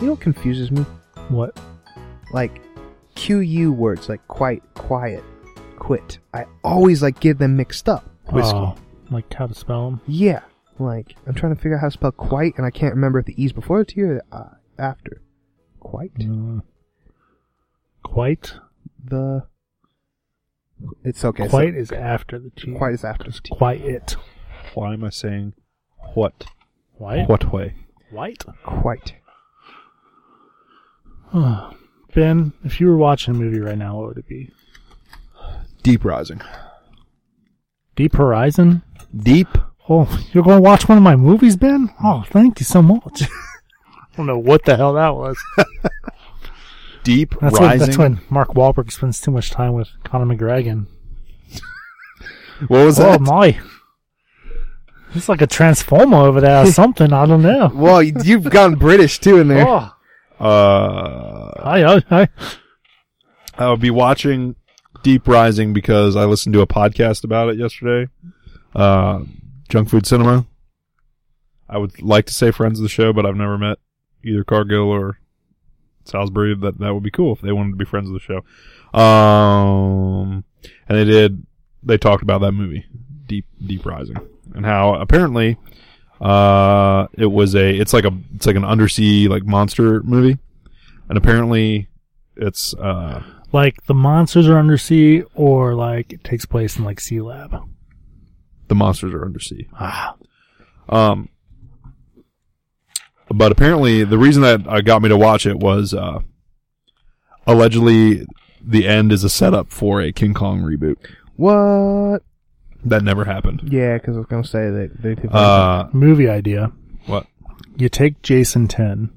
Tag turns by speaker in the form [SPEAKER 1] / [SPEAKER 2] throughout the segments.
[SPEAKER 1] You know what confuses me?
[SPEAKER 2] What?
[SPEAKER 1] Like, QU words like quite, quiet, quit. I always like get them mixed up with
[SPEAKER 2] Oh,
[SPEAKER 1] school.
[SPEAKER 2] like how to spell them?
[SPEAKER 1] Yeah, like I'm trying to figure out how to spell quite, and I can't remember if the e's before the t or the uh, after. Quite
[SPEAKER 3] Mm-hmm.
[SPEAKER 2] Mm. quite.
[SPEAKER 1] the. It's okay. so
[SPEAKER 2] quite is after the T.
[SPEAKER 1] quite is after the
[SPEAKER 2] Just
[SPEAKER 1] t.
[SPEAKER 2] quiet.
[SPEAKER 3] Why am I saying what?
[SPEAKER 2] White.
[SPEAKER 3] What way?
[SPEAKER 2] White.
[SPEAKER 1] Quite.
[SPEAKER 2] ben, if you were watching a movie right now, what would it be?
[SPEAKER 3] Deep Rising.
[SPEAKER 2] Deep Horizon.
[SPEAKER 3] Deep?
[SPEAKER 2] Oh, you're going to watch one of my movies, Ben? Oh, thank you so much. I don't know what the hell that was.
[SPEAKER 3] Deep
[SPEAKER 2] That's when,
[SPEAKER 3] Rising.
[SPEAKER 2] that's when Mark Wahlberg spends too much time with Conor McGregor.
[SPEAKER 3] What was
[SPEAKER 2] oh
[SPEAKER 3] that?
[SPEAKER 2] my! It's like a transformer over there or something. I don't know.
[SPEAKER 1] Well, you- you've gone British too in there.
[SPEAKER 2] Oh,
[SPEAKER 3] uh,
[SPEAKER 2] I, I, I,
[SPEAKER 3] I would be watching Deep Rising because I listened to a podcast about it yesterday. Uh, Junk Food Cinema. I would like to say friends of the show, but I've never met either Cargill or Salisbury. That that would be cool if they wanted to be friends of the show. Um, and they did. They talked about that movie, Deep Deep Rising, and how apparently, uh, it was a. It's like a. It's like an undersea like monster movie, and apparently, it's uh.
[SPEAKER 2] like the monsters are undersea, or like it takes place in like Sea Lab.
[SPEAKER 3] the monsters are undersea.
[SPEAKER 2] Ah,
[SPEAKER 3] Um, but apparently, the reason that uh, got me to watch it was uh, allegedly the end is a setup for a King Kong reboot
[SPEAKER 1] What?
[SPEAKER 3] that never happened.
[SPEAKER 1] Yeah, because I was gonna say that they. took-
[SPEAKER 3] Uh,
[SPEAKER 2] movie idea.
[SPEAKER 3] what?
[SPEAKER 2] You take Jason Ten,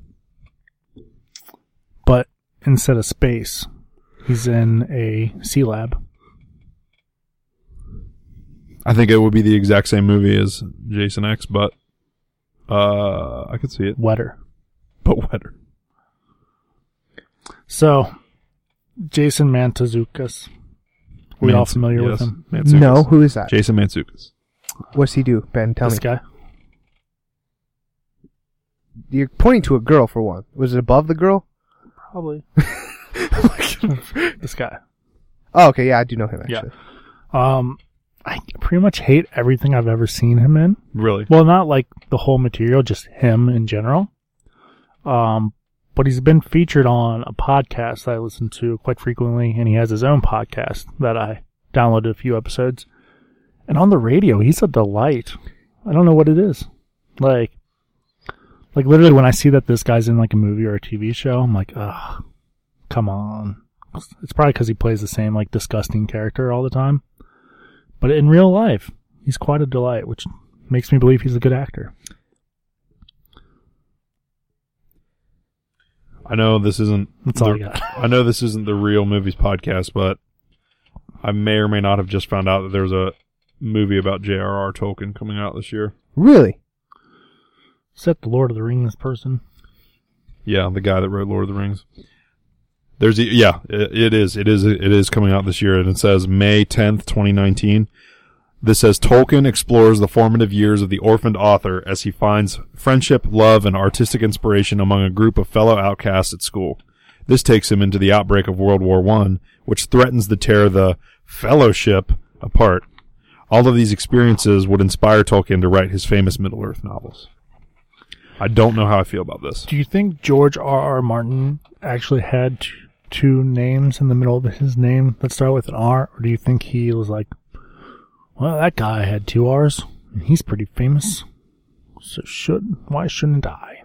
[SPEAKER 2] but instead of space, he's in a Sea Lab.
[SPEAKER 3] I think it would be the exact same movie as Jason X, but uh, I could see it,
[SPEAKER 2] Wetter.
[SPEAKER 3] but wetter.
[SPEAKER 2] So, Jason Mantzoukas. We all familiar with him?
[SPEAKER 3] Mantzoukas.
[SPEAKER 1] no, who is that?
[SPEAKER 3] Jason Mantzoukas.
[SPEAKER 1] What's he do, Ben? Tell
[SPEAKER 2] this
[SPEAKER 1] me.
[SPEAKER 2] guy.
[SPEAKER 1] You're pointing to a girl for one. Was it above the girl?
[SPEAKER 2] Probably. this guy.
[SPEAKER 1] Oh, okay. Yeah, I do know him
[SPEAKER 2] Yeah.
[SPEAKER 1] actually.
[SPEAKER 2] Um, I pretty much hate everything I've ever seen him in.
[SPEAKER 3] Really?
[SPEAKER 2] Well, not like the whole material, just him in general. Um, but he's been featured on a podcast that I listen to quite frequently, and he has his own podcast that I downloaded a few episodes. And on the radio, he's a delight. I don't know what it is. Like, like literally, when I see that this guy's in like a movie or a TV show, I'm like, ugh, come on. It's probably because he plays the same like disgusting character all the time. But in real life, he's quite a delight, which makes me believe he's a good actor.
[SPEAKER 3] I know this isn't.
[SPEAKER 2] That's all I
[SPEAKER 3] the-
[SPEAKER 2] got.
[SPEAKER 3] I know this isn't the real movies podcast, but I may or may not have just found out that there's a movie about J.R.R. Tolkien coming out this year.
[SPEAKER 1] Really?
[SPEAKER 2] Except the Lord of the Rings person.
[SPEAKER 3] Yeah, the guy that wrote Lord of the Rings. There's a, yeah, it, it is. It is it is coming out this year and it says May 10th, 2019. This says Tolkien explores the formative years of the orphaned author as he finds friendship, love, and artistic inspiration among a group of fellow outcasts at school. This takes him into the outbreak of World War One, which threatens to tear the fellowship apart. All of these experiences would inspire Tolkien to write his famous Middle Earth novels. I don't know how I feel about this.
[SPEAKER 2] Do you think George R. R. Martin actually had t- two names in the middle of his name that start with an R, or do you think he was like, well, that guy had two R's, and he's pretty famous, so should why shouldn't I?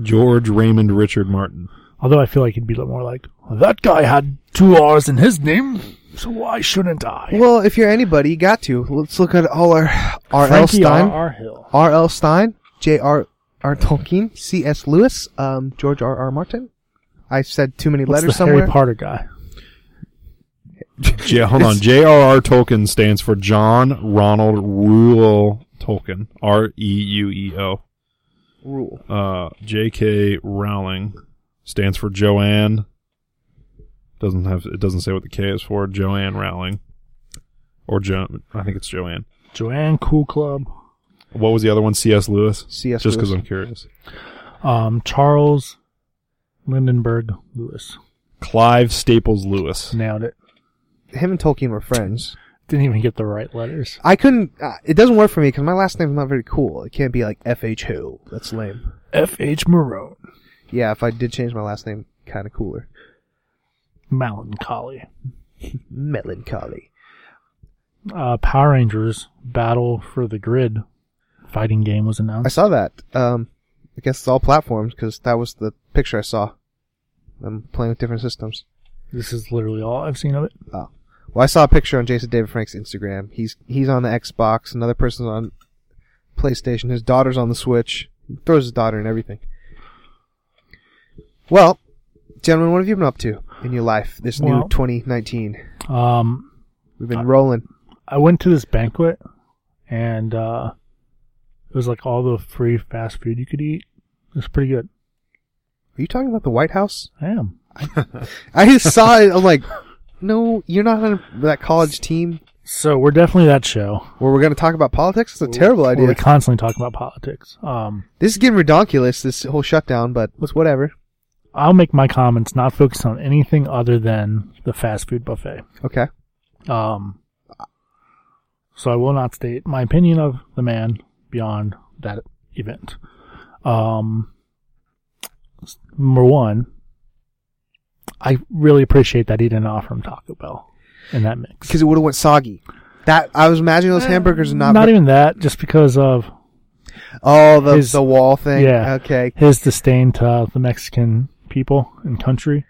[SPEAKER 3] George Raymond Richard Martin.
[SPEAKER 2] Although I feel like he'd be a little more like, that guy had two R's in his name, so why shouldn't I?
[SPEAKER 1] Well, if you're anybody, you got to. Let's look at all our R.L.
[SPEAKER 2] Frankie R.
[SPEAKER 1] Stein,
[SPEAKER 2] R. Hill.
[SPEAKER 1] R.L. Stein, J.R. R. Tolkien, C.S. Lewis, um, George R.R. Martin. I said too many
[SPEAKER 2] What's
[SPEAKER 1] letters
[SPEAKER 2] the
[SPEAKER 1] somewhere.
[SPEAKER 2] Harry Potter guy?
[SPEAKER 3] J- hold on. J.R.R. Tolkien stands for John Ronald Reuel Tolkien. R E U E O.
[SPEAKER 1] Rule.
[SPEAKER 3] Uh, J.K. Rowling stands for Joanne. Doesn't have it doesn't say what the K is for. Joanne Rowling, or jo- I think it's Joanne.
[SPEAKER 2] Joanne Cool Club.
[SPEAKER 3] What was the other one? C.S. Lewis.
[SPEAKER 1] C.S. Lewis.
[SPEAKER 3] Just because I'm curious.
[SPEAKER 2] um, Charles Lindenberg Lewis.
[SPEAKER 3] Clive Staples Lewis.
[SPEAKER 2] Nailed it.
[SPEAKER 1] Him and Tolkien were friends.
[SPEAKER 2] Didn't even get the right letters.
[SPEAKER 1] I couldn't. Uh, it doesn't work for me because my last name's not very cool. It can't be like F H Hill. That's lame.
[SPEAKER 2] F.H. Marone.
[SPEAKER 1] Yeah, if I did change my last name, kind of cooler.
[SPEAKER 2] Melancholy.
[SPEAKER 1] Melancholy.
[SPEAKER 2] Uh, Power Rangers Battle for the Grid fighting game was
[SPEAKER 1] I
[SPEAKER 2] announced.
[SPEAKER 1] saw that. Um, I guess it's all platforms because that was the picture I saw. I'm playing with different systems.
[SPEAKER 2] This is literally all I've seen of it.
[SPEAKER 1] Oh. Well, I saw a picture on Jason David Frank's Instagram. He's he's on the Xbox. Another person's on PlayStation. His daughter's on the Switch. He throws his daughter and everything. Well, gentlemen, what have you been up to in your life this new
[SPEAKER 2] Well-
[SPEAKER 1] 2019?
[SPEAKER 2] Um,
[SPEAKER 1] We've been rolling.
[SPEAKER 2] I went to this banquet and uh it was like all the free fast food you could eat. It was pretty good.
[SPEAKER 1] Are you talking about the White House?
[SPEAKER 2] I am.
[SPEAKER 1] I just saw it. I'm like, no, you're not on that college team
[SPEAKER 2] So we're definitely that show.
[SPEAKER 1] where we're going to talk about politics. It's a terrible
[SPEAKER 2] Where we
[SPEAKER 1] idea.
[SPEAKER 2] constantly talk about politics. Um
[SPEAKER 1] This is getting redonkulous. This whole shutdown, but it's whatever.
[SPEAKER 2] I'll make my comments not focused on anything other than the fast food buffet.
[SPEAKER 1] Okay.
[SPEAKER 2] Um so I will not state my opinion of the man beyond that event. Um s- number one, I really appreciate that he didn't offer him Taco Bell in that mix.
[SPEAKER 1] because it would have went soggy. That I was imagining those hamburgers are not,
[SPEAKER 2] not even that, just because of
[SPEAKER 1] oh the
[SPEAKER 2] his-
[SPEAKER 1] the wall thing.
[SPEAKER 2] yeah.
[SPEAKER 1] Okay.
[SPEAKER 2] his disdain to the Mexican people and country.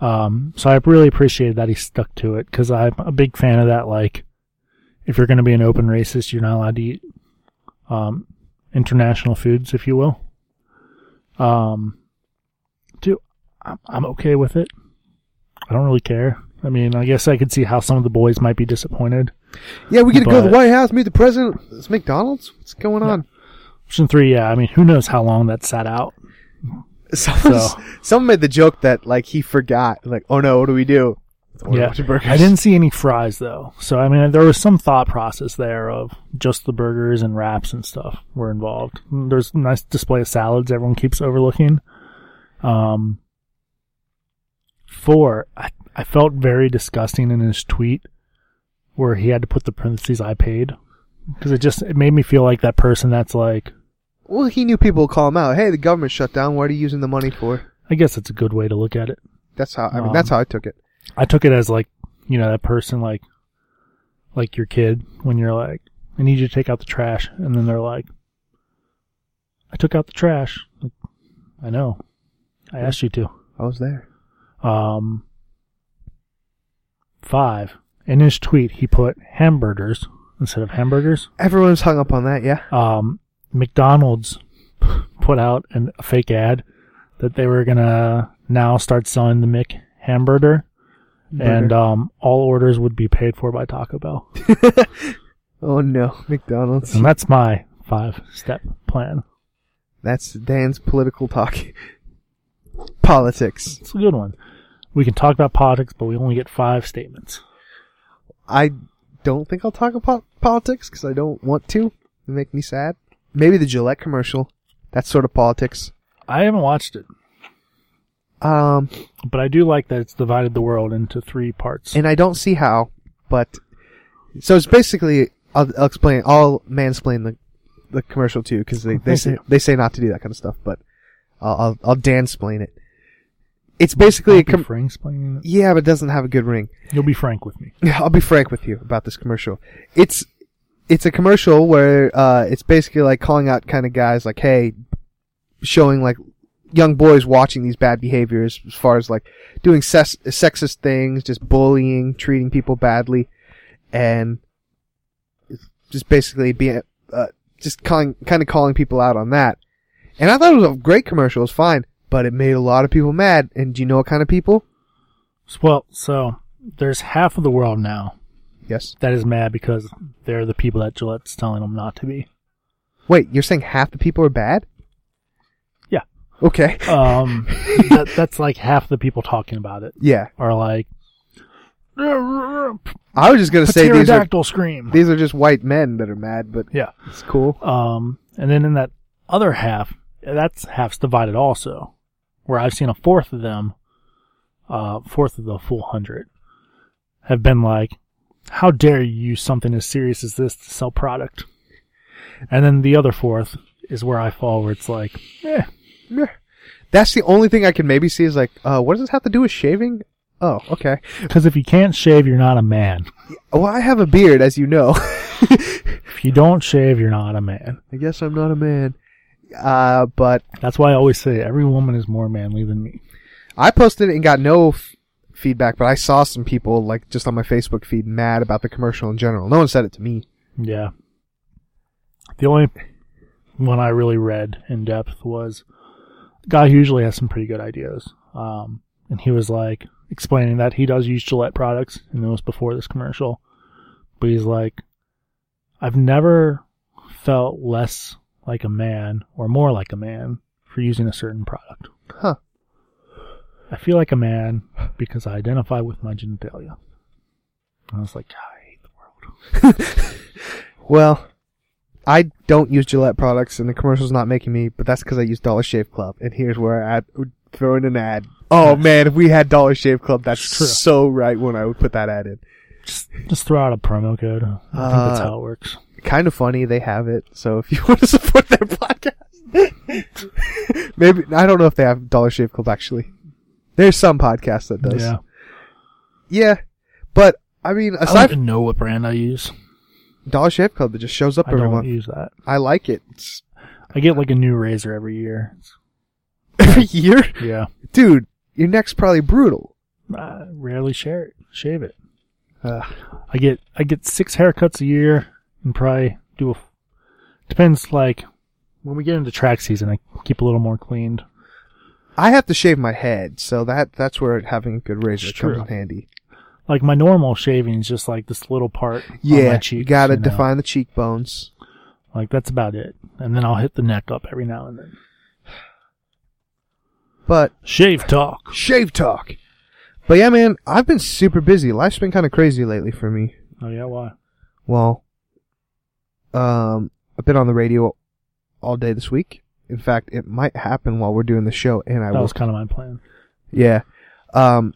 [SPEAKER 2] Um, so I really appreciated that he stuck to it because I'm a big fan of that. Like, if you're going to be an open racist, you're not allowed to eat um, international foods, if you will. Um, dude, I'm, I'm okay with it. I don't really care. I mean, I guess I could see how some of the boys might be disappointed.
[SPEAKER 1] Yeah, we get to go to the
[SPEAKER 2] But-
[SPEAKER 1] White House, meet the president. It's McDonald's. What's going on?
[SPEAKER 2] Option three, yeah. I mean, who knows how long that sat out?
[SPEAKER 1] Someone
[SPEAKER 2] So-
[SPEAKER 1] someone made the joke that like he forgot. Like, oh no, what do we do? Let's order a
[SPEAKER 2] Yeah,
[SPEAKER 1] bunch of burgers.
[SPEAKER 2] I didn't see any fries though, so I mean there was some thought process there of just the burgers and wraps and stuff were involved. Mm, There's a nice display of salads everyone keeps overlooking. Um, four, I, I felt very disgusting in his tweet where he had to put the parentheses "I paid" because it just it made me feel like that person that's like
[SPEAKER 1] Well, he knew people would call him out. Hey, the government shut down. What are you using the money for?
[SPEAKER 2] I guess it's a good way to look at it.
[SPEAKER 1] That's how. I mean,
[SPEAKER 2] Um,
[SPEAKER 1] that's how I took it.
[SPEAKER 2] I took it as like, you know, that person like, like your kid when you're like, I need you to take out the trash, and then they're like, I took out the trash. Like, I know, I asked you to.
[SPEAKER 1] I was there.
[SPEAKER 2] Um, five in his tweet, he put hamburgers instead of hamburgers.
[SPEAKER 1] Everyone's hung up on that. Yeah.
[SPEAKER 2] Um, McDonald's put out an, a fake ad that they were gonna now start selling the Mick hamburger and
[SPEAKER 1] Burger.
[SPEAKER 2] um, all orders would be paid for by Taco Bell.
[SPEAKER 1] oh no, Um, McDonald's.
[SPEAKER 2] And that's my five-step plan.
[SPEAKER 1] That's Dan's political talk. Politics.
[SPEAKER 2] It's a good one. We can talk about politics, but we only get five statements.
[SPEAKER 1] I don't think I'll talk about politics because I don't want to. It make me sad. Maybe the Gillette commercial. That's sort of politics.
[SPEAKER 2] I haven't watched it,
[SPEAKER 1] Um,
[SPEAKER 2] but I do like that it's divided the world into three parts.
[SPEAKER 1] and I don't see how, but so it's basically I'll, I'll explain. I'll mansplain the the commercial too because they they
[SPEAKER 2] Thank
[SPEAKER 1] say
[SPEAKER 2] you.
[SPEAKER 1] they say not to do that kind of stuff, but I'll I'll, I'll dansplain it. It's basically a
[SPEAKER 2] You'll be
[SPEAKER 1] com-
[SPEAKER 2] frank explaining it.
[SPEAKER 1] yeah, but it doesn't have a good ring.
[SPEAKER 2] You'll be frank with me.
[SPEAKER 1] I'll be frank with you about this commercial. It's it's a commercial where uh, it's basically like calling out kind of guys like, hey, showing like young boys watching these bad behaviors as far as like doing ses- sexist things, just bullying, treating people badly, and it's just basically being uh, just calling kind of calling people out on that. And I thought it was a great commercial. It was fine, but it made a lot of people mad. And do you know what kind of people?
[SPEAKER 2] So- Well, so there's half of the world now
[SPEAKER 1] Yes.
[SPEAKER 2] that is mad because they're the people that Gillette's telling them not to be.
[SPEAKER 1] Wait, you're saying half the people are bad?
[SPEAKER 2] Yeah.
[SPEAKER 1] Okay.
[SPEAKER 2] Um, that, that's like half the people talking about it
[SPEAKER 1] Yeah.
[SPEAKER 2] are like,
[SPEAKER 1] I was just gonna say these are
[SPEAKER 2] pterodactyl scream.
[SPEAKER 1] these are just white men that are mad, but
[SPEAKER 2] Yeah.
[SPEAKER 1] it's cool.
[SPEAKER 2] Um, and then in that other half, that's half's divided also. where I've seen a fourth of them, uh, fourth of the full hundred, have been like, "How dare you use something as serious as this to sell product?" And then the other fourth is where I fall, where it's like, "Eh,
[SPEAKER 1] Meh. That's the only thing I can maybe see is like, uh, what does this have to do with shaving? Oh, okay.
[SPEAKER 2] because if you can't shave, you're not a man.
[SPEAKER 1] Well, I have a beard, as you know.
[SPEAKER 2] If you don't shave, you're not a man."
[SPEAKER 1] I guess I'm not a man. Uh, but
[SPEAKER 2] That's why I always say every woman is more manly than me.
[SPEAKER 1] I posted it and got no f- feedback, but I saw some people like just on my Facebook feed mad about the commercial in general. No one said it to me.
[SPEAKER 2] Yeah. The only one I really read in depth was a guy who usually has some pretty good ideas. Um, and he was like explaining that he does use Gillette products, and it was before this commercial. But he's like, I've never felt less like a man or more like a man for using a certain product.
[SPEAKER 1] Huh.
[SPEAKER 2] I feel like a man because I identify with my genitalia. And I was like, I hate the world.
[SPEAKER 1] Well, I don't use Gillette products, and the commercial's not making me, but that's because I use Dollar Shave Club. And here's where I would throw in an ad. Oh man, if we had Dollar Shave Club, that's
[SPEAKER 2] True.
[SPEAKER 1] so right when I would put that ad in.
[SPEAKER 2] Just just throw out a promo code. I think that's
[SPEAKER 1] Uh,
[SPEAKER 2] how it works.
[SPEAKER 1] Kind of funny, they have it. So if you want to support their podcast, maybe I don't know if they have Dollar Shave Club actually. There's some podcast that does.
[SPEAKER 2] Yeah.
[SPEAKER 1] Yeah, but I mean,
[SPEAKER 2] I don't
[SPEAKER 1] aside from
[SPEAKER 2] even know what brand I use.
[SPEAKER 1] Dollar Shave Club, that just shows up
[SPEAKER 2] I
[SPEAKER 1] every
[SPEAKER 2] don't
[SPEAKER 1] month.
[SPEAKER 2] use that.
[SPEAKER 1] I like it. It's
[SPEAKER 2] I get like a new razor every year.
[SPEAKER 1] every year,
[SPEAKER 2] Yeah.
[SPEAKER 1] dude. Your neck's probably brutal.
[SPEAKER 2] I rarely share it, shave it.
[SPEAKER 1] Uh,
[SPEAKER 2] I get I get six haircuts a year and probably do a depends like when we get into track season I keep a little more cleaned.
[SPEAKER 1] I have to shave my head, so that that's where having a good razor
[SPEAKER 2] It's
[SPEAKER 1] comes
[SPEAKER 2] true.
[SPEAKER 1] in handy.
[SPEAKER 2] Like my normal shaving is just like this little part on my
[SPEAKER 1] Yeah,
[SPEAKER 2] cheek.
[SPEAKER 1] you gotta define the cheekbones.
[SPEAKER 2] Like that's about it. And then I'll hit the neck up every now and then.
[SPEAKER 1] But
[SPEAKER 2] Shave talk.
[SPEAKER 1] shave talk. But yeah, man, I've been super busy. Life's been kind of crazy lately for me.
[SPEAKER 2] Oh yeah, why?
[SPEAKER 1] Well, um, I've been on the radio all day this week. In fact, it might happen while we're doing the show, and I
[SPEAKER 2] that
[SPEAKER 1] will
[SPEAKER 2] was kind of my plan.
[SPEAKER 1] Yeah. Um,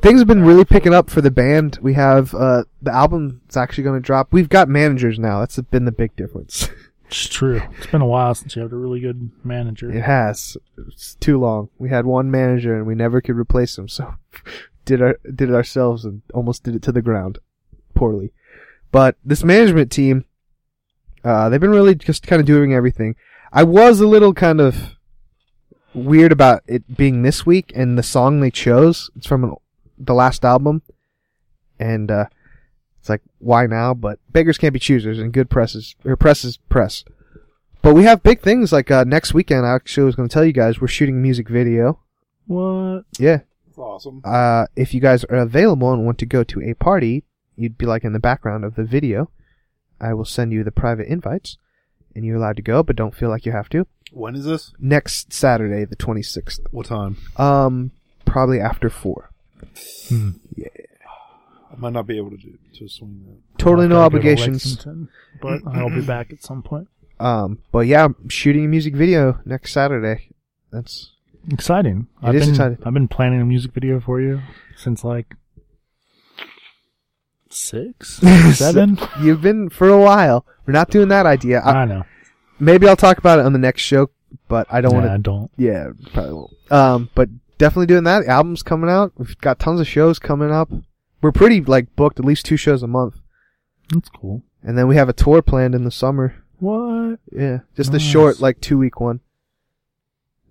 [SPEAKER 1] things have been really picking up for the band. We have uh, the album's actually going to drop. We've got managers now. That's been the big difference.
[SPEAKER 2] It's true. It's been a while since you had a really good manager.
[SPEAKER 1] it has. It's too long. We had one manager and we never could replace him. So did our did it ourselves and almost did it to the ground poorly. But this management team, uh, they've been really just kind of doing everything. I was a little kind of weird about it being this week and the song they chose. It's from an, the last album, and uh, it's like why now? But beggars can't be choosers, and good presses or presses press. But we have big things like uh, next weekend. I actually was going to tell you guys we're shooting a music video.
[SPEAKER 2] What?
[SPEAKER 1] Yeah,
[SPEAKER 3] That's awesome.
[SPEAKER 1] uh, if you guys are available and want to go to a party, you'd be like in the background of the video. I will send you the private invites, and you're allowed to go, but don't feel like you have to.
[SPEAKER 3] When is this?
[SPEAKER 1] Next Saturday, the 26th.
[SPEAKER 3] What time?
[SPEAKER 1] Um, probably after four.
[SPEAKER 2] Hmm.
[SPEAKER 3] I might not be able to do to swing that.
[SPEAKER 1] Totally no
[SPEAKER 2] Gotta go to
[SPEAKER 1] obligations.
[SPEAKER 2] Lexington, But I'll be back at some point.
[SPEAKER 1] Um, but yeah, I'm shooting a music video next Saturday. That's
[SPEAKER 2] Exciting.
[SPEAKER 1] It
[SPEAKER 2] I've
[SPEAKER 1] is
[SPEAKER 2] been,
[SPEAKER 1] exciting.
[SPEAKER 2] I've been planning a music video for you since like six, seven.
[SPEAKER 1] you've been for a while. We're not doing that idea. I,
[SPEAKER 2] I know.
[SPEAKER 1] maybe I'll talk about it on the next show, but I don't
[SPEAKER 2] Nah,
[SPEAKER 1] want to
[SPEAKER 2] I don't.
[SPEAKER 1] Yeah, probably won't. Um, but definitely doing that. Album's coming out. We've got tons of shows coming up. We're pretty like booked at least two shows a month,
[SPEAKER 2] That's cool.
[SPEAKER 1] and then we have a tour planned in the summer.
[SPEAKER 2] What?
[SPEAKER 1] Yeah, just a
[SPEAKER 2] Nice.
[SPEAKER 1] short like two week one.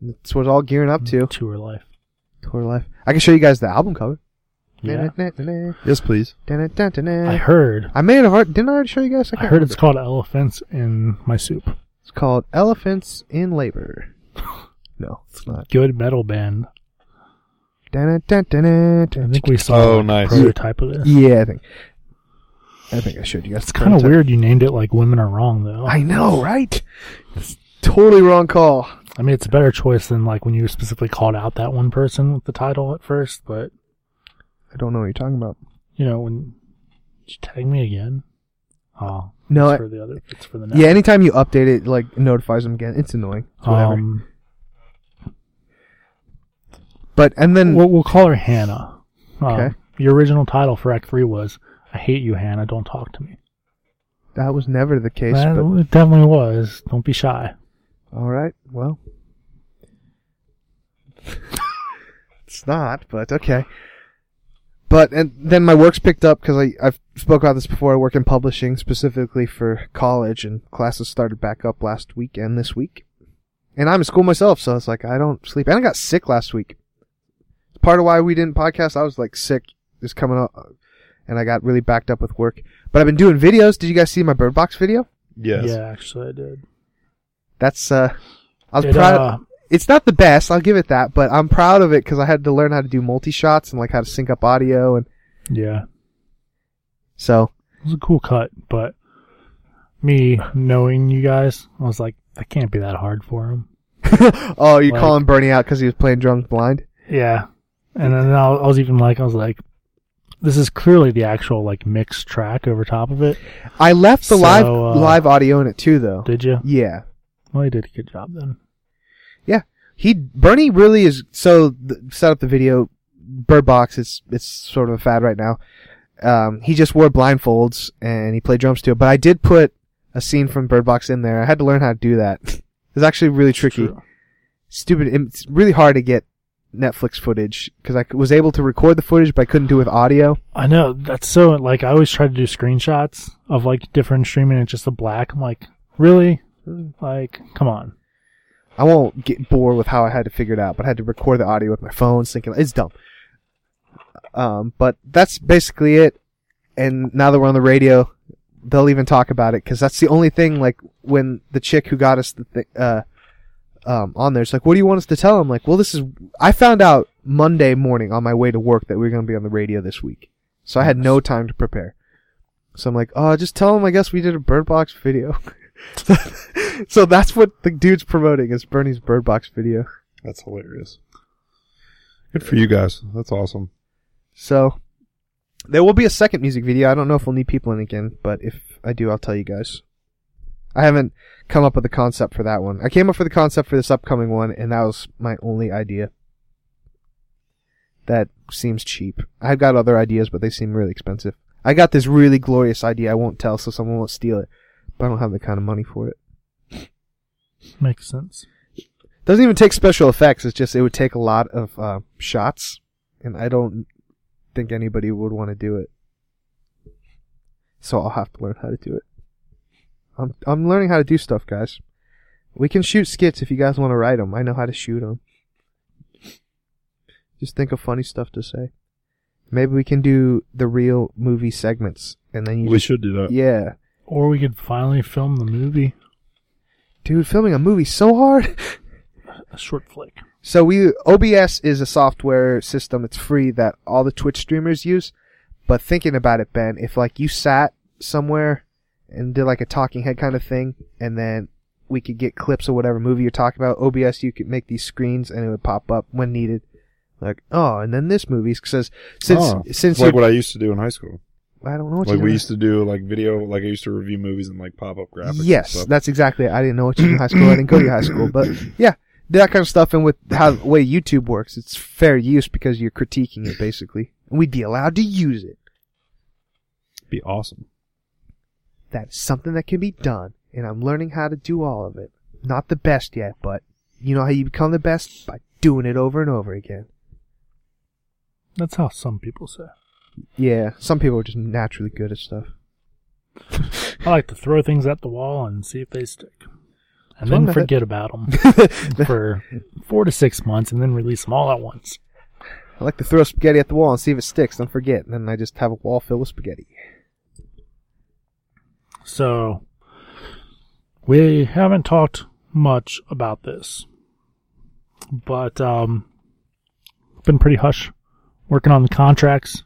[SPEAKER 1] That's what it's all gearing up to.
[SPEAKER 2] Tour life.
[SPEAKER 1] Tour life. I can show you guys the album cover.
[SPEAKER 2] Yeah.
[SPEAKER 3] Yes, please.
[SPEAKER 2] I
[SPEAKER 1] I
[SPEAKER 2] heard.
[SPEAKER 1] made a heart. Didn't I already show you guys?
[SPEAKER 2] I
[SPEAKER 1] can't
[SPEAKER 2] heard it's
[SPEAKER 1] remember.
[SPEAKER 2] called Elephants in My Soup.
[SPEAKER 1] It's called Elephants in Labor. No, it's not.
[SPEAKER 2] Good metal band. I think we saw
[SPEAKER 3] Oh,
[SPEAKER 2] like, a
[SPEAKER 3] nice.
[SPEAKER 2] prototype of this.
[SPEAKER 1] Yeah, I think. I think I showed you guys.
[SPEAKER 2] It's
[SPEAKER 1] the
[SPEAKER 2] kind of
[SPEAKER 1] prototype.
[SPEAKER 2] weird you named it like Women Are Wrong though.
[SPEAKER 1] I know, right? totally wrong call.
[SPEAKER 2] I mean, it's a better choice than like when you specifically called out that one person with the title at first, but
[SPEAKER 1] I don't know what you're talking about.
[SPEAKER 2] you know, when did you tag me again? Oh,
[SPEAKER 1] No,
[SPEAKER 2] it's
[SPEAKER 1] I-
[SPEAKER 2] for the other, it's for the next.
[SPEAKER 1] Yeah, anytime Um, you update it, like it notifies them again. It's annoying. It's whatever.
[SPEAKER 2] um,
[SPEAKER 1] But and then
[SPEAKER 2] We'll, we'll call her Hannah. Um,
[SPEAKER 1] Okay.
[SPEAKER 2] Your original title for Act Three was "I hate you, Hannah. Don't talk to me."
[SPEAKER 1] that was never the case.
[SPEAKER 2] That-
[SPEAKER 1] But,
[SPEAKER 2] it definitely was. Don't be shy.
[SPEAKER 1] all right, well, it's not. But okay. But and then my work's picked up because I I've spoke about this before. I work in publishing specifically for college, and classes started back up last week and this week. And I'm in school myself, so it's like I don't sleep. And I got sick last week. Part of why we didn't podcast, I was like sick, is coming up, and I got really backed up with work. But I've been doing videos. Did you guys see my Bird Box video?
[SPEAKER 3] Yes.
[SPEAKER 2] Yeah, actually, I did.
[SPEAKER 1] That's uh, I was
[SPEAKER 2] It,
[SPEAKER 1] proud.
[SPEAKER 2] uh,
[SPEAKER 1] it's not the best, I'll give it that, but I'm proud of it because I had to learn how to do multi shots and like how to sync up audio, and
[SPEAKER 2] yeah,
[SPEAKER 1] so
[SPEAKER 2] it was a cool cut, but me knowing you guys, I was like, that can't be that hard for him.
[SPEAKER 1] oh, you're
[SPEAKER 2] Like-
[SPEAKER 1] calling Bernie out because he was playing drums blind.
[SPEAKER 2] Yeah, and then I was I was even like, I was like, this is clearly the actual like mixed track over top of it.
[SPEAKER 1] I left the
[SPEAKER 2] So,
[SPEAKER 1] live
[SPEAKER 2] uh,
[SPEAKER 1] live audio in it too, though.
[SPEAKER 2] Did you?
[SPEAKER 1] yeah,
[SPEAKER 2] Well, you did a good job then.
[SPEAKER 1] yeah. He Bernie really is so th- set up the video. Bird Box, it's it's sort of a fad right now. Um, he just wore blindfolds and he played drums to it. But I did put a scene from Bird Box in there. I had to learn how to do that. It's actually really tricky.
[SPEAKER 2] True.
[SPEAKER 1] stupid. It's really hard to get Netflix footage because I c- was able to record the footage, but I couldn't do it with audio.
[SPEAKER 2] I know that's so like I always try to do screenshots of like different streaming and it's just the black. I'm like, really? Like, come on.
[SPEAKER 1] I won't get bored with how I had to figure it out, but I had to record the audio with my phone, syncing. It's dumb. Um, but that's basically it. And now that we're on the radio, they'll even talk about it because that's the only thing. Like when the chick who got us the thi- uh, um, on there, it's like, "What do you want us to tell him?" Like, well, this is. I found out Monday morning on my way to work that we were going to be on the radio this week, so I had no time to prepare. So I'm like, "Oh, just tell him." I guess we did a bird box video. so that's what the dude's promoting is Bernie's bird box video.
[SPEAKER 3] That's hilarious. Good for you guys. That's awesome.
[SPEAKER 1] So there will be a second music video. I don't know if we'll need people in again, but if I do, I'll tell you guys. I haven't come up with a concept for that one. I came up with a concept for this upcoming one, and that was my only idea. That seems cheap. I've got other ideas, but they seem really expensive. I got this really glorious idea I won't tell so someone won't steal it, but I don't have the kind of money for it.
[SPEAKER 2] Makes sense.
[SPEAKER 1] Doesn't even take special effects. It's just it would take a lot of uh, shots, and I don't think anybody would want to do it. So I'll have to learn how to do it. I'm I'm learning how to do stuff, guys. We can shoot skits if you guys want to write them. I know how to shoot them. Just think of funny stuff to say. Maybe we can do the real movie segments, and then you
[SPEAKER 3] We
[SPEAKER 1] just,
[SPEAKER 3] should do that.
[SPEAKER 1] yeah,
[SPEAKER 2] Or we could finally film the movie,
[SPEAKER 1] dude, filming a movie so hard.
[SPEAKER 2] a short flick.
[SPEAKER 1] So we OBS is a software system. It's free that all the Twitch streamers use. But thinking about it, Ben, if like you sat somewhere and did like a talking head kind of thing, and then we could get clips of whatever movie you're talking about. OBS, you could make these screens, and it would pop up when needed. Like, oh, and then this movie says since
[SPEAKER 3] Oh,
[SPEAKER 1] since
[SPEAKER 3] it's like
[SPEAKER 1] you're-
[SPEAKER 3] what I used to do in high school.
[SPEAKER 1] I don't know what
[SPEAKER 3] like
[SPEAKER 1] you
[SPEAKER 3] we
[SPEAKER 1] know.
[SPEAKER 3] used to do like video. Like I used to review movies and like pop up graphics. and
[SPEAKER 1] Yes,
[SPEAKER 3] stuff.
[SPEAKER 1] that's exactly. It. I didn't know what you did in high school. I didn't go to your high school, but yeah, that kind of stuff. And with how the way YouTube works, it's fair use because you're critiquing it basically, and we'd be allowed to use it.
[SPEAKER 3] be awesome.
[SPEAKER 1] That's something that can be done, and I'm learning how to do all of it. Not the best yet, but you know how you become the best by doing it over and over again.
[SPEAKER 2] That's how some people say.
[SPEAKER 1] Yeah, some people are just naturally good at stuff.
[SPEAKER 2] I like to throw things at the wall and see if they stick, and
[SPEAKER 1] That's one
[SPEAKER 2] then
[SPEAKER 1] method.
[SPEAKER 2] forget about them for four to six months, and then release them all at once.
[SPEAKER 1] I like to throw spaghetti at the wall and see if it sticks. Don't forget, and then I just have a wall filled with spaghetti.
[SPEAKER 2] So we haven't talked much about this, but um, been pretty hush working on the contracts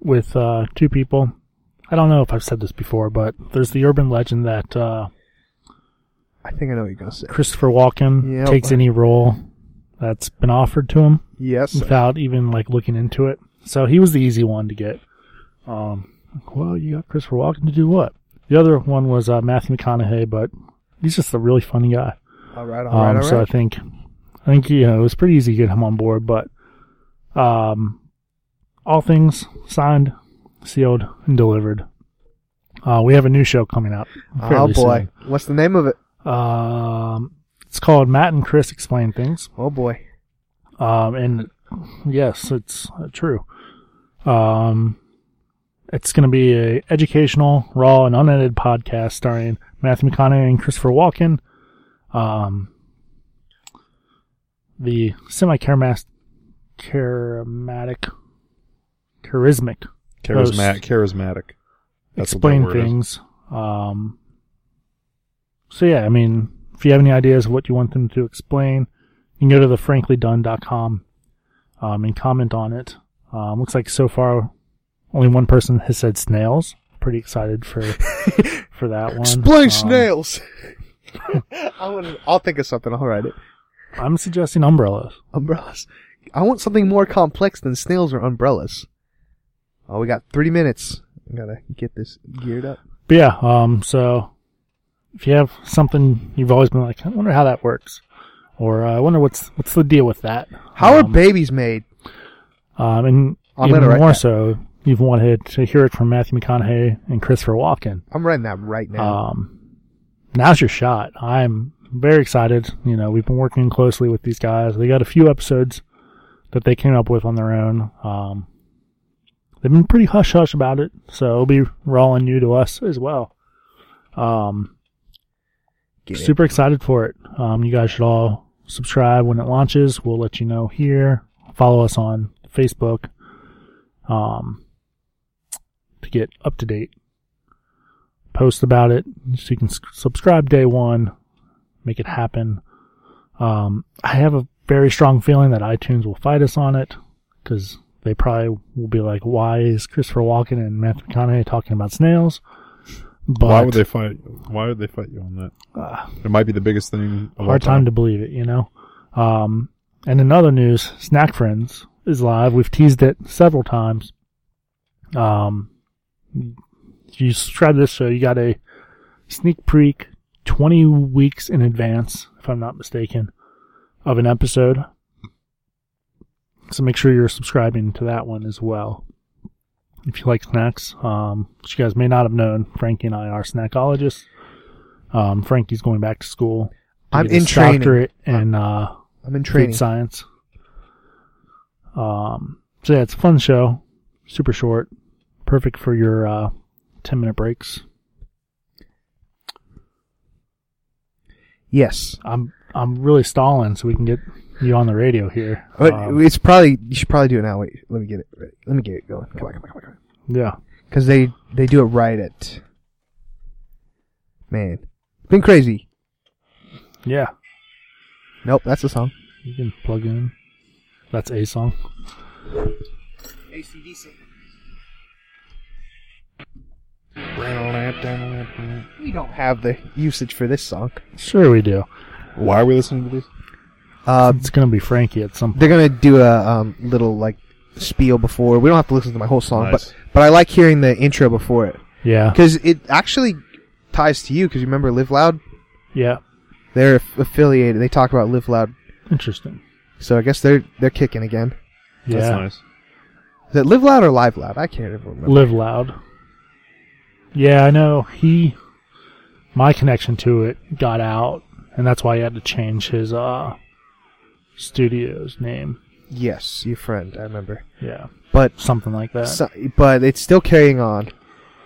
[SPEAKER 2] with uh, two people. I don't know if I've said this before, but there's the urban legend that uh,
[SPEAKER 1] I think I know what you're gonna say.
[SPEAKER 2] Christopher Walken
[SPEAKER 1] Yep.
[SPEAKER 2] takes any role that's been offered to him
[SPEAKER 1] Yes.
[SPEAKER 2] without even like looking into it. So he was the easy one to get. Um, like, well, you got Christopher Walken to do what? The other one was uh, Matthew McConaughey, but he's just a really funny guy.
[SPEAKER 1] All right. All right.
[SPEAKER 2] Um,
[SPEAKER 1] all right.
[SPEAKER 2] so I think I I think you know it was pretty easy to get him on board, but um, all things signed, sealed, and delivered. Uh, we have a new show coming out.
[SPEAKER 1] Oh
[SPEAKER 2] fairly
[SPEAKER 1] boy, what's the name of it?
[SPEAKER 2] soon. Um, it's called Matt and Chris Explain Things.
[SPEAKER 1] Oh boy,
[SPEAKER 2] Um, and yes, it's uh, true. Um, it's going to be a educational, raw, and unedited podcast starring Matthew McConaughey and Christopher Walken. Um, the semi-charismatic, charismatic, charismatic
[SPEAKER 3] Charismatic. Charismatic. That's what that
[SPEAKER 2] explain
[SPEAKER 3] word is.
[SPEAKER 2] things. Um, so yeah, I mean, if you have any ideas of what you want them to explain, you can go to the franklydone.com um, and comment on it. Um, looks like so far only one person has said snails. Pretty excited for for that one.
[SPEAKER 1] explain
[SPEAKER 2] Um,
[SPEAKER 1] snails. I want. I'll think of something. I'll write it.
[SPEAKER 2] I'm suggesting umbrellas.
[SPEAKER 1] Umbrellas. I want something more complex than snails or umbrellas. Oh, we got three minutes. I gotta get this geared up.
[SPEAKER 2] But yeah, um, so if you have something you've always been like, I wonder how that works, or uh, I wonder what's what's the deal with that.
[SPEAKER 1] How are
[SPEAKER 2] Um,
[SPEAKER 1] babies made?
[SPEAKER 2] Um, and
[SPEAKER 1] I'm
[SPEAKER 2] even
[SPEAKER 1] gonna write
[SPEAKER 2] more
[SPEAKER 1] that.
[SPEAKER 2] so, you've wanted to hear it from Matthew McConaughey and Christopher Walken.
[SPEAKER 1] I'm writing that right now.
[SPEAKER 2] Um, now's your shot. I'm very excited. You know, we've been working closely with these guys. They got a few episodes that they came up with on their own. Um, they've been pretty hush hush about it, so it'll be raw and new to us as well. Um,
[SPEAKER 1] Get it.
[SPEAKER 2] super excited for it. Um, you guys should all subscribe when it launches. We'll let you know here. Follow us on Facebook um, to get up to date. Post about it so you can s- subscribe day one. Make it happen. Um, I have a very strong feeling that iTunes will fight us on it because they probably will be like, "Why is Christopher Walken and Matthew McConaughey talking about snails?" But
[SPEAKER 3] Why would they fight? Why would they fight you on that? it might be the biggest thing. Of all
[SPEAKER 2] hard time to believe it, you know. Um, and in other news, Snack Friends is live. We've teased it several times. Um, if you subscribe to this show, you got a sneak peek 20 weeks in advance, if I'm not mistaken, of an episode. So make sure you're subscribing to that one as well. If you like snacks, um, which you guys may not have known, Frankie and I are snackologists. Um, Frankie's going back to school. to
[SPEAKER 1] I'm
[SPEAKER 2] get his
[SPEAKER 1] in training.
[SPEAKER 2] doctorate in uh,
[SPEAKER 1] I'm in
[SPEAKER 2] food
[SPEAKER 1] training.
[SPEAKER 2] science. Um, so yeah, it's a fun show, super short, perfect for your uh, ten minute breaks.
[SPEAKER 1] Yes.
[SPEAKER 2] I'm I'm really stalling so we can get you on the radio here.
[SPEAKER 1] But
[SPEAKER 2] Um,
[SPEAKER 1] it's probably you should probably do it now. Wait, let me get it. Ready. Let me get it going. Come on, come on, come on, come on.
[SPEAKER 2] yeah,
[SPEAKER 1] Because they they do it right at. Man, been crazy.
[SPEAKER 2] yeah,
[SPEAKER 1] Nope, that's the song.
[SPEAKER 2] you can plug in. That's a song.
[SPEAKER 1] ACDC.
[SPEAKER 3] time.
[SPEAKER 1] We don't have the usage for this song.
[SPEAKER 2] Sure, we do.
[SPEAKER 3] Why are we listening to this?
[SPEAKER 1] Uh,
[SPEAKER 2] It's gonna be Frankie at some. point.
[SPEAKER 1] they're gonna do a um, little like spiel before. We don't have to listen to my whole song,
[SPEAKER 3] Nice.
[SPEAKER 1] but but I like hearing the intro before it
[SPEAKER 2] Yeah,
[SPEAKER 1] because it actually ties to you. Because you remember Live Loud,
[SPEAKER 2] yeah.
[SPEAKER 1] they're aff- affiliated. They talk about Live Loud,
[SPEAKER 2] Interesting.
[SPEAKER 1] so I guess they're they're kicking again.
[SPEAKER 2] Yeah.
[SPEAKER 3] That's nice.
[SPEAKER 1] Is it Live Loud or Live Loud? I can't even remember.
[SPEAKER 2] Live loud. Yeah, I know. He, my connection to it got out, and that's why he had to change his uh studio's name.
[SPEAKER 1] yes, your friend. I remember,
[SPEAKER 2] Yeah,
[SPEAKER 1] but
[SPEAKER 2] something like that.
[SPEAKER 1] so, but it's still carrying on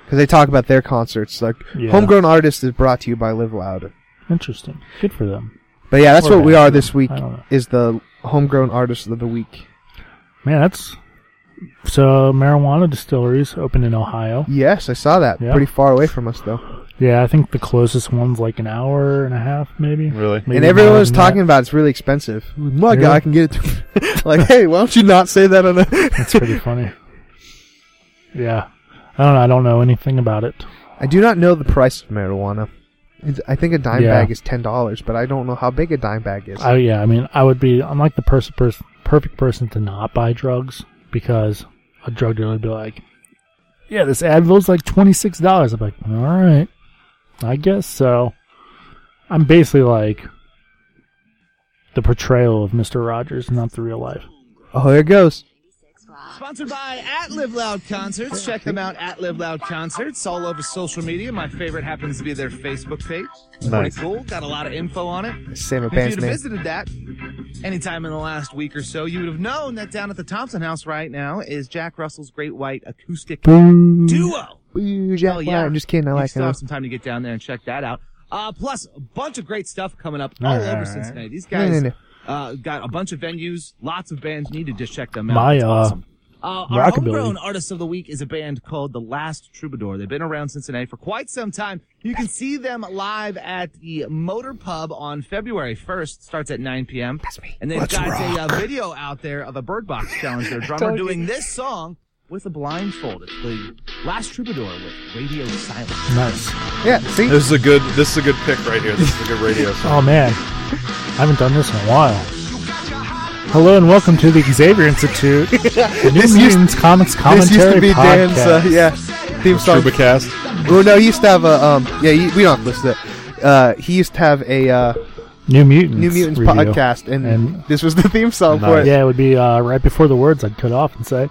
[SPEAKER 1] because they talk about their concerts. Like
[SPEAKER 2] Yeah.
[SPEAKER 1] homegrown artist is brought to you by Live Loud.
[SPEAKER 2] Interesting. Good for them.
[SPEAKER 1] But yeah, that's
[SPEAKER 2] Or
[SPEAKER 1] what we
[SPEAKER 2] bad.
[SPEAKER 1] are this week.
[SPEAKER 2] I don't know.
[SPEAKER 1] Is the homegrown artist of the week?
[SPEAKER 2] Man, that's so marijuana distilleries open in Ohio.
[SPEAKER 1] Yes, I saw that.
[SPEAKER 2] Yeah.
[SPEAKER 1] Pretty far away from us though.
[SPEAKER 2] Yeah, I think the closest one's like an hour and a half, maybe.
[SPEAKER 3] Really?
[SPEAKER 2] Maybe
[SPEAKER 1] and everyone
[SPEAKER 2] more
[SPEAKER 1] was
[SPEAKER 2] than that.
[SPEAKER 1] talking about it's really expensive. My
[SPEAKER 2] Really?
[SPEAKER 1] God, I can get it. To like, hey, why don't you not say that on a?
[SPEAKER 2] That's pretty funny. Yeah, I don't. know. I don't know anything about it.
[SPEAKER 1] I do not know the price of marijuana. It's, I think a dime
[SPEAKER 2] Yeah.
[SPEAKER 1] bag is ten dollars, but I don't know how big a dime bag is.
[SPEAKER 2] I, yeah, I mean, I would be. I'm like the pers- pers- perfect person to not buy drugs because a drug dealer would be like, "Yeah, this Advil's like twenty six dollars." I'm like, "All right, I guess so." I'm basically like, the portrayal of Mister Rogers, not the real life.
[SPEAKER 1] Oh, here it goes.
[SPEAKER 4] Sponsored by At Live Loud Concerts. Check them out at Live Loud Concerts all over social media. My favorite happens to be their Facebook page. It's
[SPEAKER 1] Nice.
[SPEAKER 4] Pretty cool. Got a lot of info on it.
[SPEAKER 1] Same
[SPEAKER 4] And If
[SPEAKER 1] band's
[SPEAKER 4] you'd have
[SPEAKER 1] name.
[SPEAKER 4] visited that anytime in the last week or so, you would have known that down at the Thompson House right now is Jack Russell's Great White Acoustic Duo.
[SPEAKER 1] Ooh, Jack
[SPEAKER 4] Hell Oh, yeah.
[SPEAKER 1] Black. I'm just kidding. I
[SPEAKER 4] you
[SPEAKER 1] like
[SPEAKER 4] still
[SPEAKER 1] him.
[SPEAKER 4] have some time to get down there and check that out. Uh, plus, a bunch of great stuff coming up all,
[SPEAKER 2] All
[SPEAKER 4] over
[SPEAKER 2] right.
[SPEAKER 4] Cincinnati. These
[SPEAKER 1] No,
[SPEAKER 4] guys
[SPEAKER 1] no, no.
[SPEAKER 4] Uh, got a bunch of venues, lots of bands. You need to just check them out.
[SPEAKER 2] My,
[SPEAKER 4] It's
[SPEAKER 2] uh,
[SPEAKER 4] awesome. Uh, our
[SPEAKER 2] rockabilly.
[SPEAKER 4] homegrown artist of the week is a band called The Last Troubadour. They've been around Cincinnati for quite some time. You can see them live at the Motor Pub on February 1st. Starts at 9 p.m. That's me. And they've got a uh, video out there of a Bird Box challenge. Their drummer doing this song with a blindfold. It's the Last Troubadour with Radio Silence.
[SPEAKER 2] Nice.
[SPEAKER 1] Yeah, see?
[SPEAKER 3] This is a good. This is a good pick right here. This is a good radio. song.
[SPEAKER 2] Oh man, I haven't done this in a while. Hello and welcome to the Xavier Institute, the New
[SPEAKER 1] This used-
[SPEAKER 2] Mutants Comics
[SPEAKER 1] This
[SPEAKER 2] Commentary
[SPEAKER 1] used to be
[SPEAKER 2] Podcast.
[SPEAKER 1] Dan's, uh, yeah, theme song.
[SPEAKER 3] Trubacast.
[SPEAKER 1] Well, no, he used to have a, um, yeah, you, we don't have to listen to it. Uh, he used to have a, uh,
[SPEAKER 2] New Mutants,
[SPEAKER 1] New Mutants
[SPEAKER 2] review.
[SPEAKER 1] podcast, and,
[SPEAKER 2] And-
[SPEAKER 1] this was the theme song for it.
[SPEAKER 2] Yeah, it would be uh, right before the words I'd cut off and say,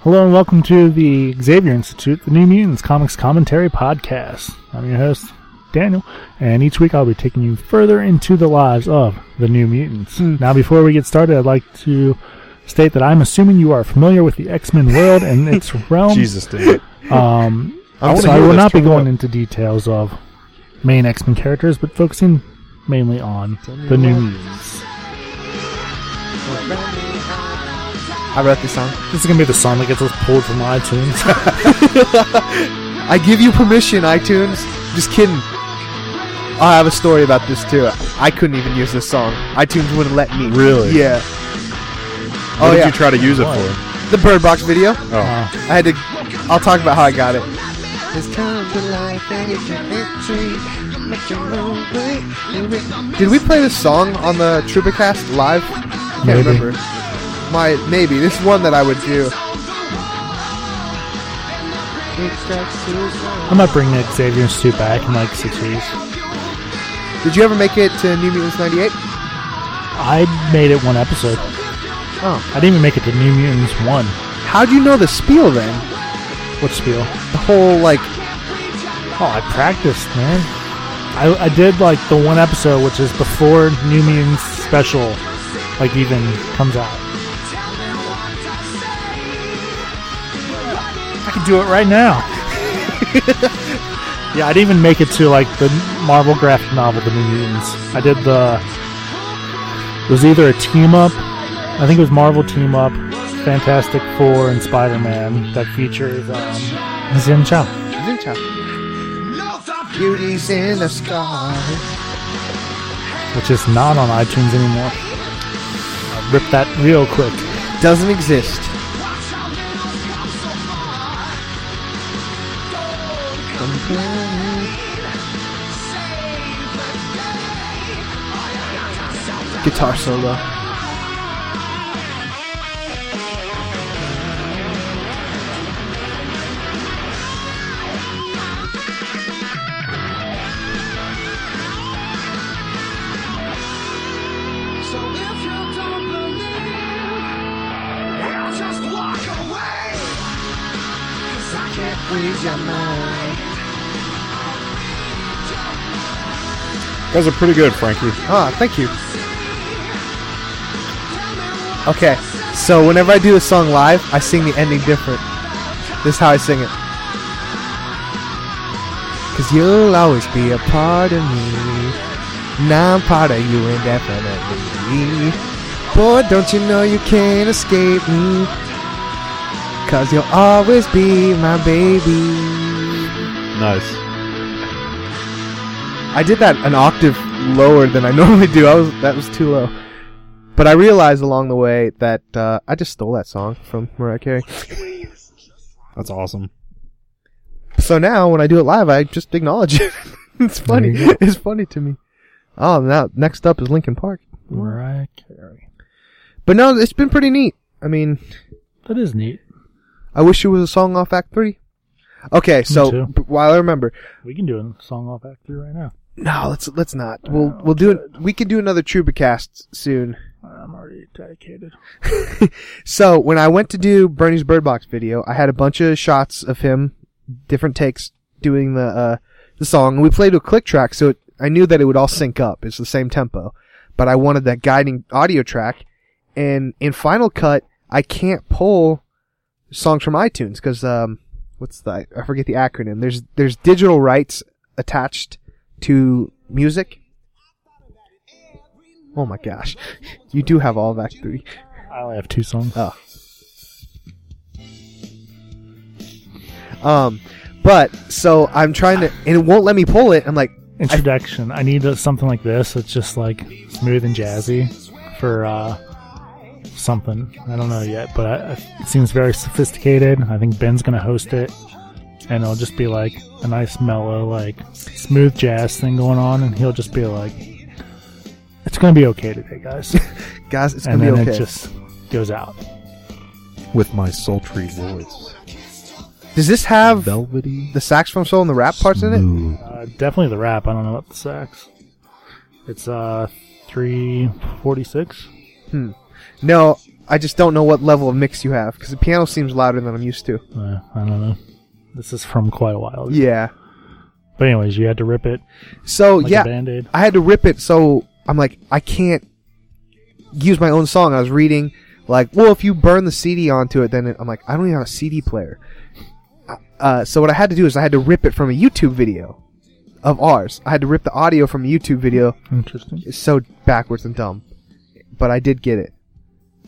[SPEAKER 2] "Hello and welcome to the Xavier Institute, the New Mutants Comics Commentary Podcast." I'm your host, Daniel, and each week I'll be taking you further into the lives of the New Mutants.
[SPEAKER 3] Hmm.
[SPEAKER 2] Now, before we get started, I'd like to state that I'm assuming you are familiar with the X-Men world and its realm.
[SPEAKER 3] Jesus, dude.
[SPEAKER 2] Um,
[SPEAKER 3] I wanna
[SPEAKER 2] so I
[SPEAKER 3] hear
[SPEAKER 2] will
[SPEAKER 3] this,
[SPEAKER 2] not be
[SPEAKER 3] turn it
[SPEAKER 2] going
[SPEAKER 3] up.
[SPEAKER 2] into details of main X Men characters, but focusing mainly on the new mutants.
[SPEAKER 1] I wrote this song.
[SPEAKER 2] This is gonna be the song that gets us pulled from iTunes.
[SPEAKER 1] I give you permission, iTunes. Just kidding. I have a story about this too. I couldn't even use this song. iTunes wouldn't let me.
[SPEAKER 3] Really?
[SPEAKER 1] Yeah.
[SPEAKER 3] What
[SPEAKER 1] oh
[SPEAKER 3] did
[SPEAKER 1] yeah,
[SPEAKER 3] you try to use it
[SPEAKER 2] What?
[SPEAKER 3] for?
[SPEAKER 1] the Bird Box video.
[SPEAKER 3] Oh.
[SPEAKER 2] Uh,
[SPEAKER 1] I had to. I'll talk about how I got it. Did we play this song on the Trubacast live? Can't
[SPEAKER 2] Maybe.
[SPEAKER 1] remember. My maybe this is one that I would do.
[SPEAKER 2] I might bring the Xavier Institute back in like six years.
[SPEAKER 1] Did you ever make it to New Mutants '98?
[SPEAKER 2] I made it one episode.
[SPEAKER 1] Oh,
[SPEAKER 2] I didn't even make it to New Mutants one.
[SPEAKER 1] how do you know the spiel then?
[SPEAKER 2] What spiel?
[SPEAKER 1] The whole like
[SPEAKER 2] Oh, I practiced, man. I, I did like the one episode, which is before New Mutants special, like even comes out. I can do it right now. yeah, I didn't even make it to like the Marvel graphic novel, The New Mutants. I did the. It was either a team up, I think it was Marvel team up, Fantastic Four and Spider Man that features um, Xin Chao.
[SPEAKER 1] Beauty's in the sky.
[SPEAKER 2] which is not on iTunes anymore. Rip that real quick.
[SPEAKER 1] Doesn't exist. Guitar solo.
[SPEAKER 5] So if you don't believe, yeah, just walk away. Cause I can't read your mind.
[SPEAKER 3] You guys are pretty good, Frankie.
[SPEAKER 1] Ah, thank you. Okay, so whenever I do a song live, I sing the ending different. This is how I sing it. Cause you'll always be a part of me. Now I'm part of you indefinitely. Boy, don't you know you can't escape me? Cause you'll always be my baby.
[SPEAKER 3] Nice.
[SPEAKER 1] I did that an octave lower than I normally do. I was that was too low. But I realized along the way that uh, I just stole that song from Mariah Carey.
[SPEAKER 3] That's awesome.
[SPEAKER 1] So now when I do it live, I just acknowledge it. it's funny.
[SPEAKER 2] There you
[SPEAKER 1] It's funny to me. Oh, now next up is Lincoln Park.
[SPEAKER 2] Mariah Carey.
[SPEAKER 1] But no, it's been pretty neat. I mean,
[SPEAKER 2] That is neat.
[SPEAKER 1] I wish it was a song off Act Three. Okay, so
[SPEAKER 2] too.
[SPEAKER 1] b- while I remember,
[SPEAKER 2] We can do a song off Act 3 right now.
[SPEAKER 1] No, let's let's not. We'll we'll do it. We can do another Trubacast soon.
[SPEAKER 2] I'm already dedicated.
[SPEAKER 1] So when I went to do Bernie's Bird Box video, I had a bunch of shots of him, different takes doing the uh, the song. And we played to a click track, so it, I knew that it would all sync up. It's the same tempo, but I wanted that guiding audio track. And in Final Cut, I can't pull songs from iTunes because um, what's the I forget the acronym. There's there's digital rights attached to music. Oh my gosh, you do have all of Act Three.
[SPEAKER 2] I only have two songs.
[SPEAKER 1] Oh. Um, but so I'm trying to, and it won't let me pull it. I'm like,
[SPEAKER 2] Introduction. I, need a, something like this. It's just like smooth and jazzy for uh, something. I don't know yet, but I, I- it seems very sophisticated. I think Ben's gonna host it, and it'll just be like a nice mellow, like smooth jazz thing going on, and he'll just be like, "It's gonna be okay today, guys,"
[SPEAKER 1] guys, it's
[SPEAKER 2] and
[SPEAKER 1] gonna
[SPEAKER 2] then
[SPEAKER 1] be okay.
[SPEAKER 2] it just goes out.
[SPEAKER 3] with my sultry voice,
[SPEAKER 1] Does this have
[SPEAKER 3] velvety.
[SPEAKER 1] the saxophone solo and the rap parts in it?
[SPEAKER 3] smooth.
[SPEAKER 2] Uh, definitely the rap. I don't know about the sax. It's uh three forty six.
[SPEAKER 1] No, I just don't know what level of mix you have because the piano seems louder than I'm used to.
[SPEAKER 2] Uh, I don't know. This is from quite a while. ago.
[SPEAKER 1] Yeah.
[SPEAKER 2] But anyways, you had to rip it
[SPEAKER 1] So
[SPEAKER 2] like
[SPEAKER 1] yeah,
[SPEAKER 2] a band-aid.
[SPEAKER 1] I had to rip it, so I'm like, I can't use my own song. I was reading, like, well, if you burn the CD onto it, then it, I'm like, I don't even have a CD player. Uh, so what I had to do is I had to rip it from a YouTube video of ours. I had to rip the audio from a YouTube video.
[SPEAKER 2] Interesting.
[SPEAKER 1] It's so backwards and dumb, but I did get it,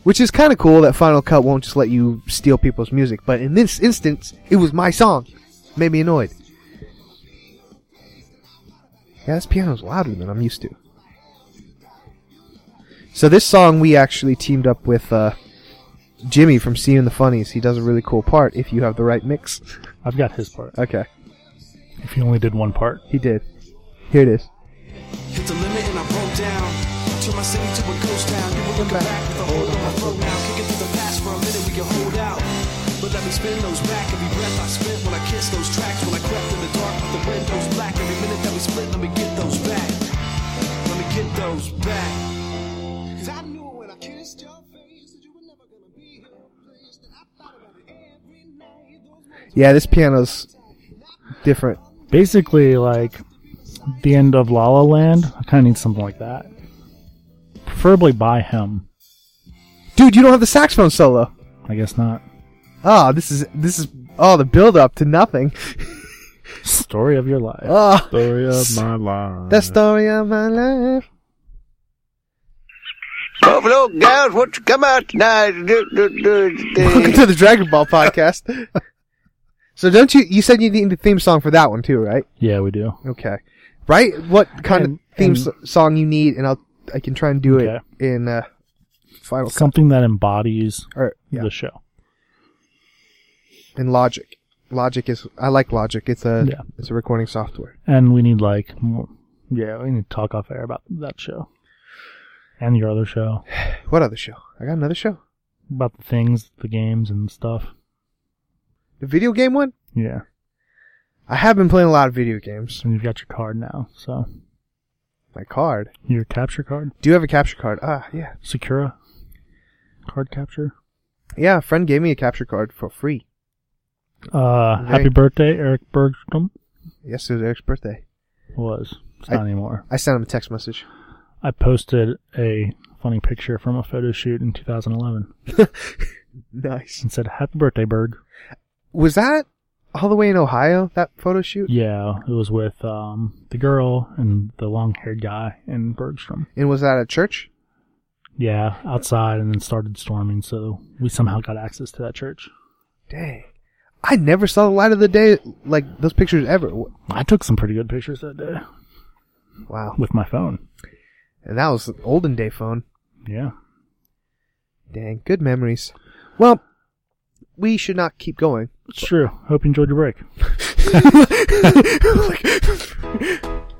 [SPEAKER 1] which is kind of cool that Final Cut won't just let you steal people's music. But in this instance, it was my song. Made me annoyed. Yeah, this piano's louder than I'm used to. So this song we actually teamed up with uh, Jimmy from Seeing the Funnies. He does a really cool part if you have the right mix.
[SPEAKER 2] I've got his part.
[SPEAKER 1] Okay,
[SPEAKER 2] If you only did one part.
[SPEAKER 1] he did. Here it is.
[SPEAKER 6] Hit the limit and I broke down. Turn my city to a ghost town. You were looking back with a hold on my throat now. Kicking through the past for a minute, we can hold out. But let me spin those back. Every breath I spent when I kissed those tracks. When I crept in the dark with the windows black. Every minute that we split, let me get those back. Let me get those back. Cause I knew when I kissed your face that you were never gonna be in a place that I thought about it every night. Those moments
[SPEAKER 1] Yeah, this piano's different.
[SPEAKER 2] Basically, like the end of La La Land. I kind of need something like that. Preferably by him.
[SPEAKER 1] Dude, you don't have the saxophone solo.
[SPEAKER 2] I guess not.
[SPEAKER 1] Oh, this is this is oh the build up to nothing.
[SPEAKER 2] Story of your life.
[SPEAKER 1] Oh,
[SPEAKER 3] Story of my life.
[SPEAKER 1] the story of my life.
[SPEAKER 7] Buffalo gals, what you come out tonight? Do, do, do,
[SPEAKER 1] Welcome
[SPEAKER 7] do.
[SPEAKER 1] to the Dragon Ball podcast. so don't you you said you need a theme song for that one too, right?
[SPEAKER 2] Yeah, we do.
[SPEAKER 1] Okay, right. What kind
[SPEAKER 2] And-
[SPEAKER 1] of theme
[SPEAKER 2] and-
[SPEAKER 1] so- song you need, and I'll I can try and do
[SPEAKER 2] Okay.
[SPEAKER 1] it in uh, Final Cut
[SPEAKER 2] Something that embodies
[SPEAKER 1] or yeah,
[SPEAKER 2] the show.
[SPEAKER 1] in Logic. Logic is I like Logic. It's a
[SPEAKER 2] Yeah.
[SPEAKER 1] it's a recording software.
[SPEAKER 2] And we need like more. Yeah, we need to talk off air about that show. And your other show.
[SPEAKER 1] What other show? I got another show.
[SPEAKER 2] About the things, the games and stuff.
[SPEAKER 1] The video game one.
[SPEAKER 2] Yeah.
[SPEAKER 1] I have been playing a lot of video games.
[SPEAKER 2] And you've got your card now. So
[SPEAKER 1] My card.
[SPEAKER 2] your capture card,
[SPEAKER 1] Do you have a capture card? Ah, yeah.
[SPEAKER 2] Secura card capture.
[SPEAKER 1] Yeah, a friend gave me a capture card for free.
[SPEAKER 2] Uh, happy
[SPEAKER 1] Right.
[SPEAKER 2] birthday, Eric Bergstrom.
[SPEAKER 1] Yes, it was Eric's birthday.
[SPEAKER 2] Was it's
[SPEAKER 1] I-
[SPEAKER 2] not anymore.
[SPEAKER 1] I sent him a text message.
[SPEAKER 2] I posted a funny picture from a photo shoot in 2011
[SPEAKER 1] Nice.
[SPEAKER 2] and said, "Happy birthday, Berg."
[SPEAKER 1] Was that all the way in Ohio, that photo shoot?
[SPEAKER 2] Yeah, it was with um the girl and the long-haired guy and Bergstrom.
[SPEAKER 1] And was that at a church?
[SPEAKER 2] Yeah, outside and then started storming, so we somehow got access to that church.
[SPEAKER 1] Dang. I never saw the light of the day, like those pictures ever. W-
[SPEAKER 2] I took some pretty good pictures that day
[SPEAKER 1] Wow.
[SPEAKER 2] with my phone.
[SPEAKER 1] And that was an olden day phone.
[SPEAKER 2] Yeah.
[SPEAKER 1] Dang, good memories. Well, we should not keep going.
[SPEAKER 2] It's true. Hope you enjoyed your break.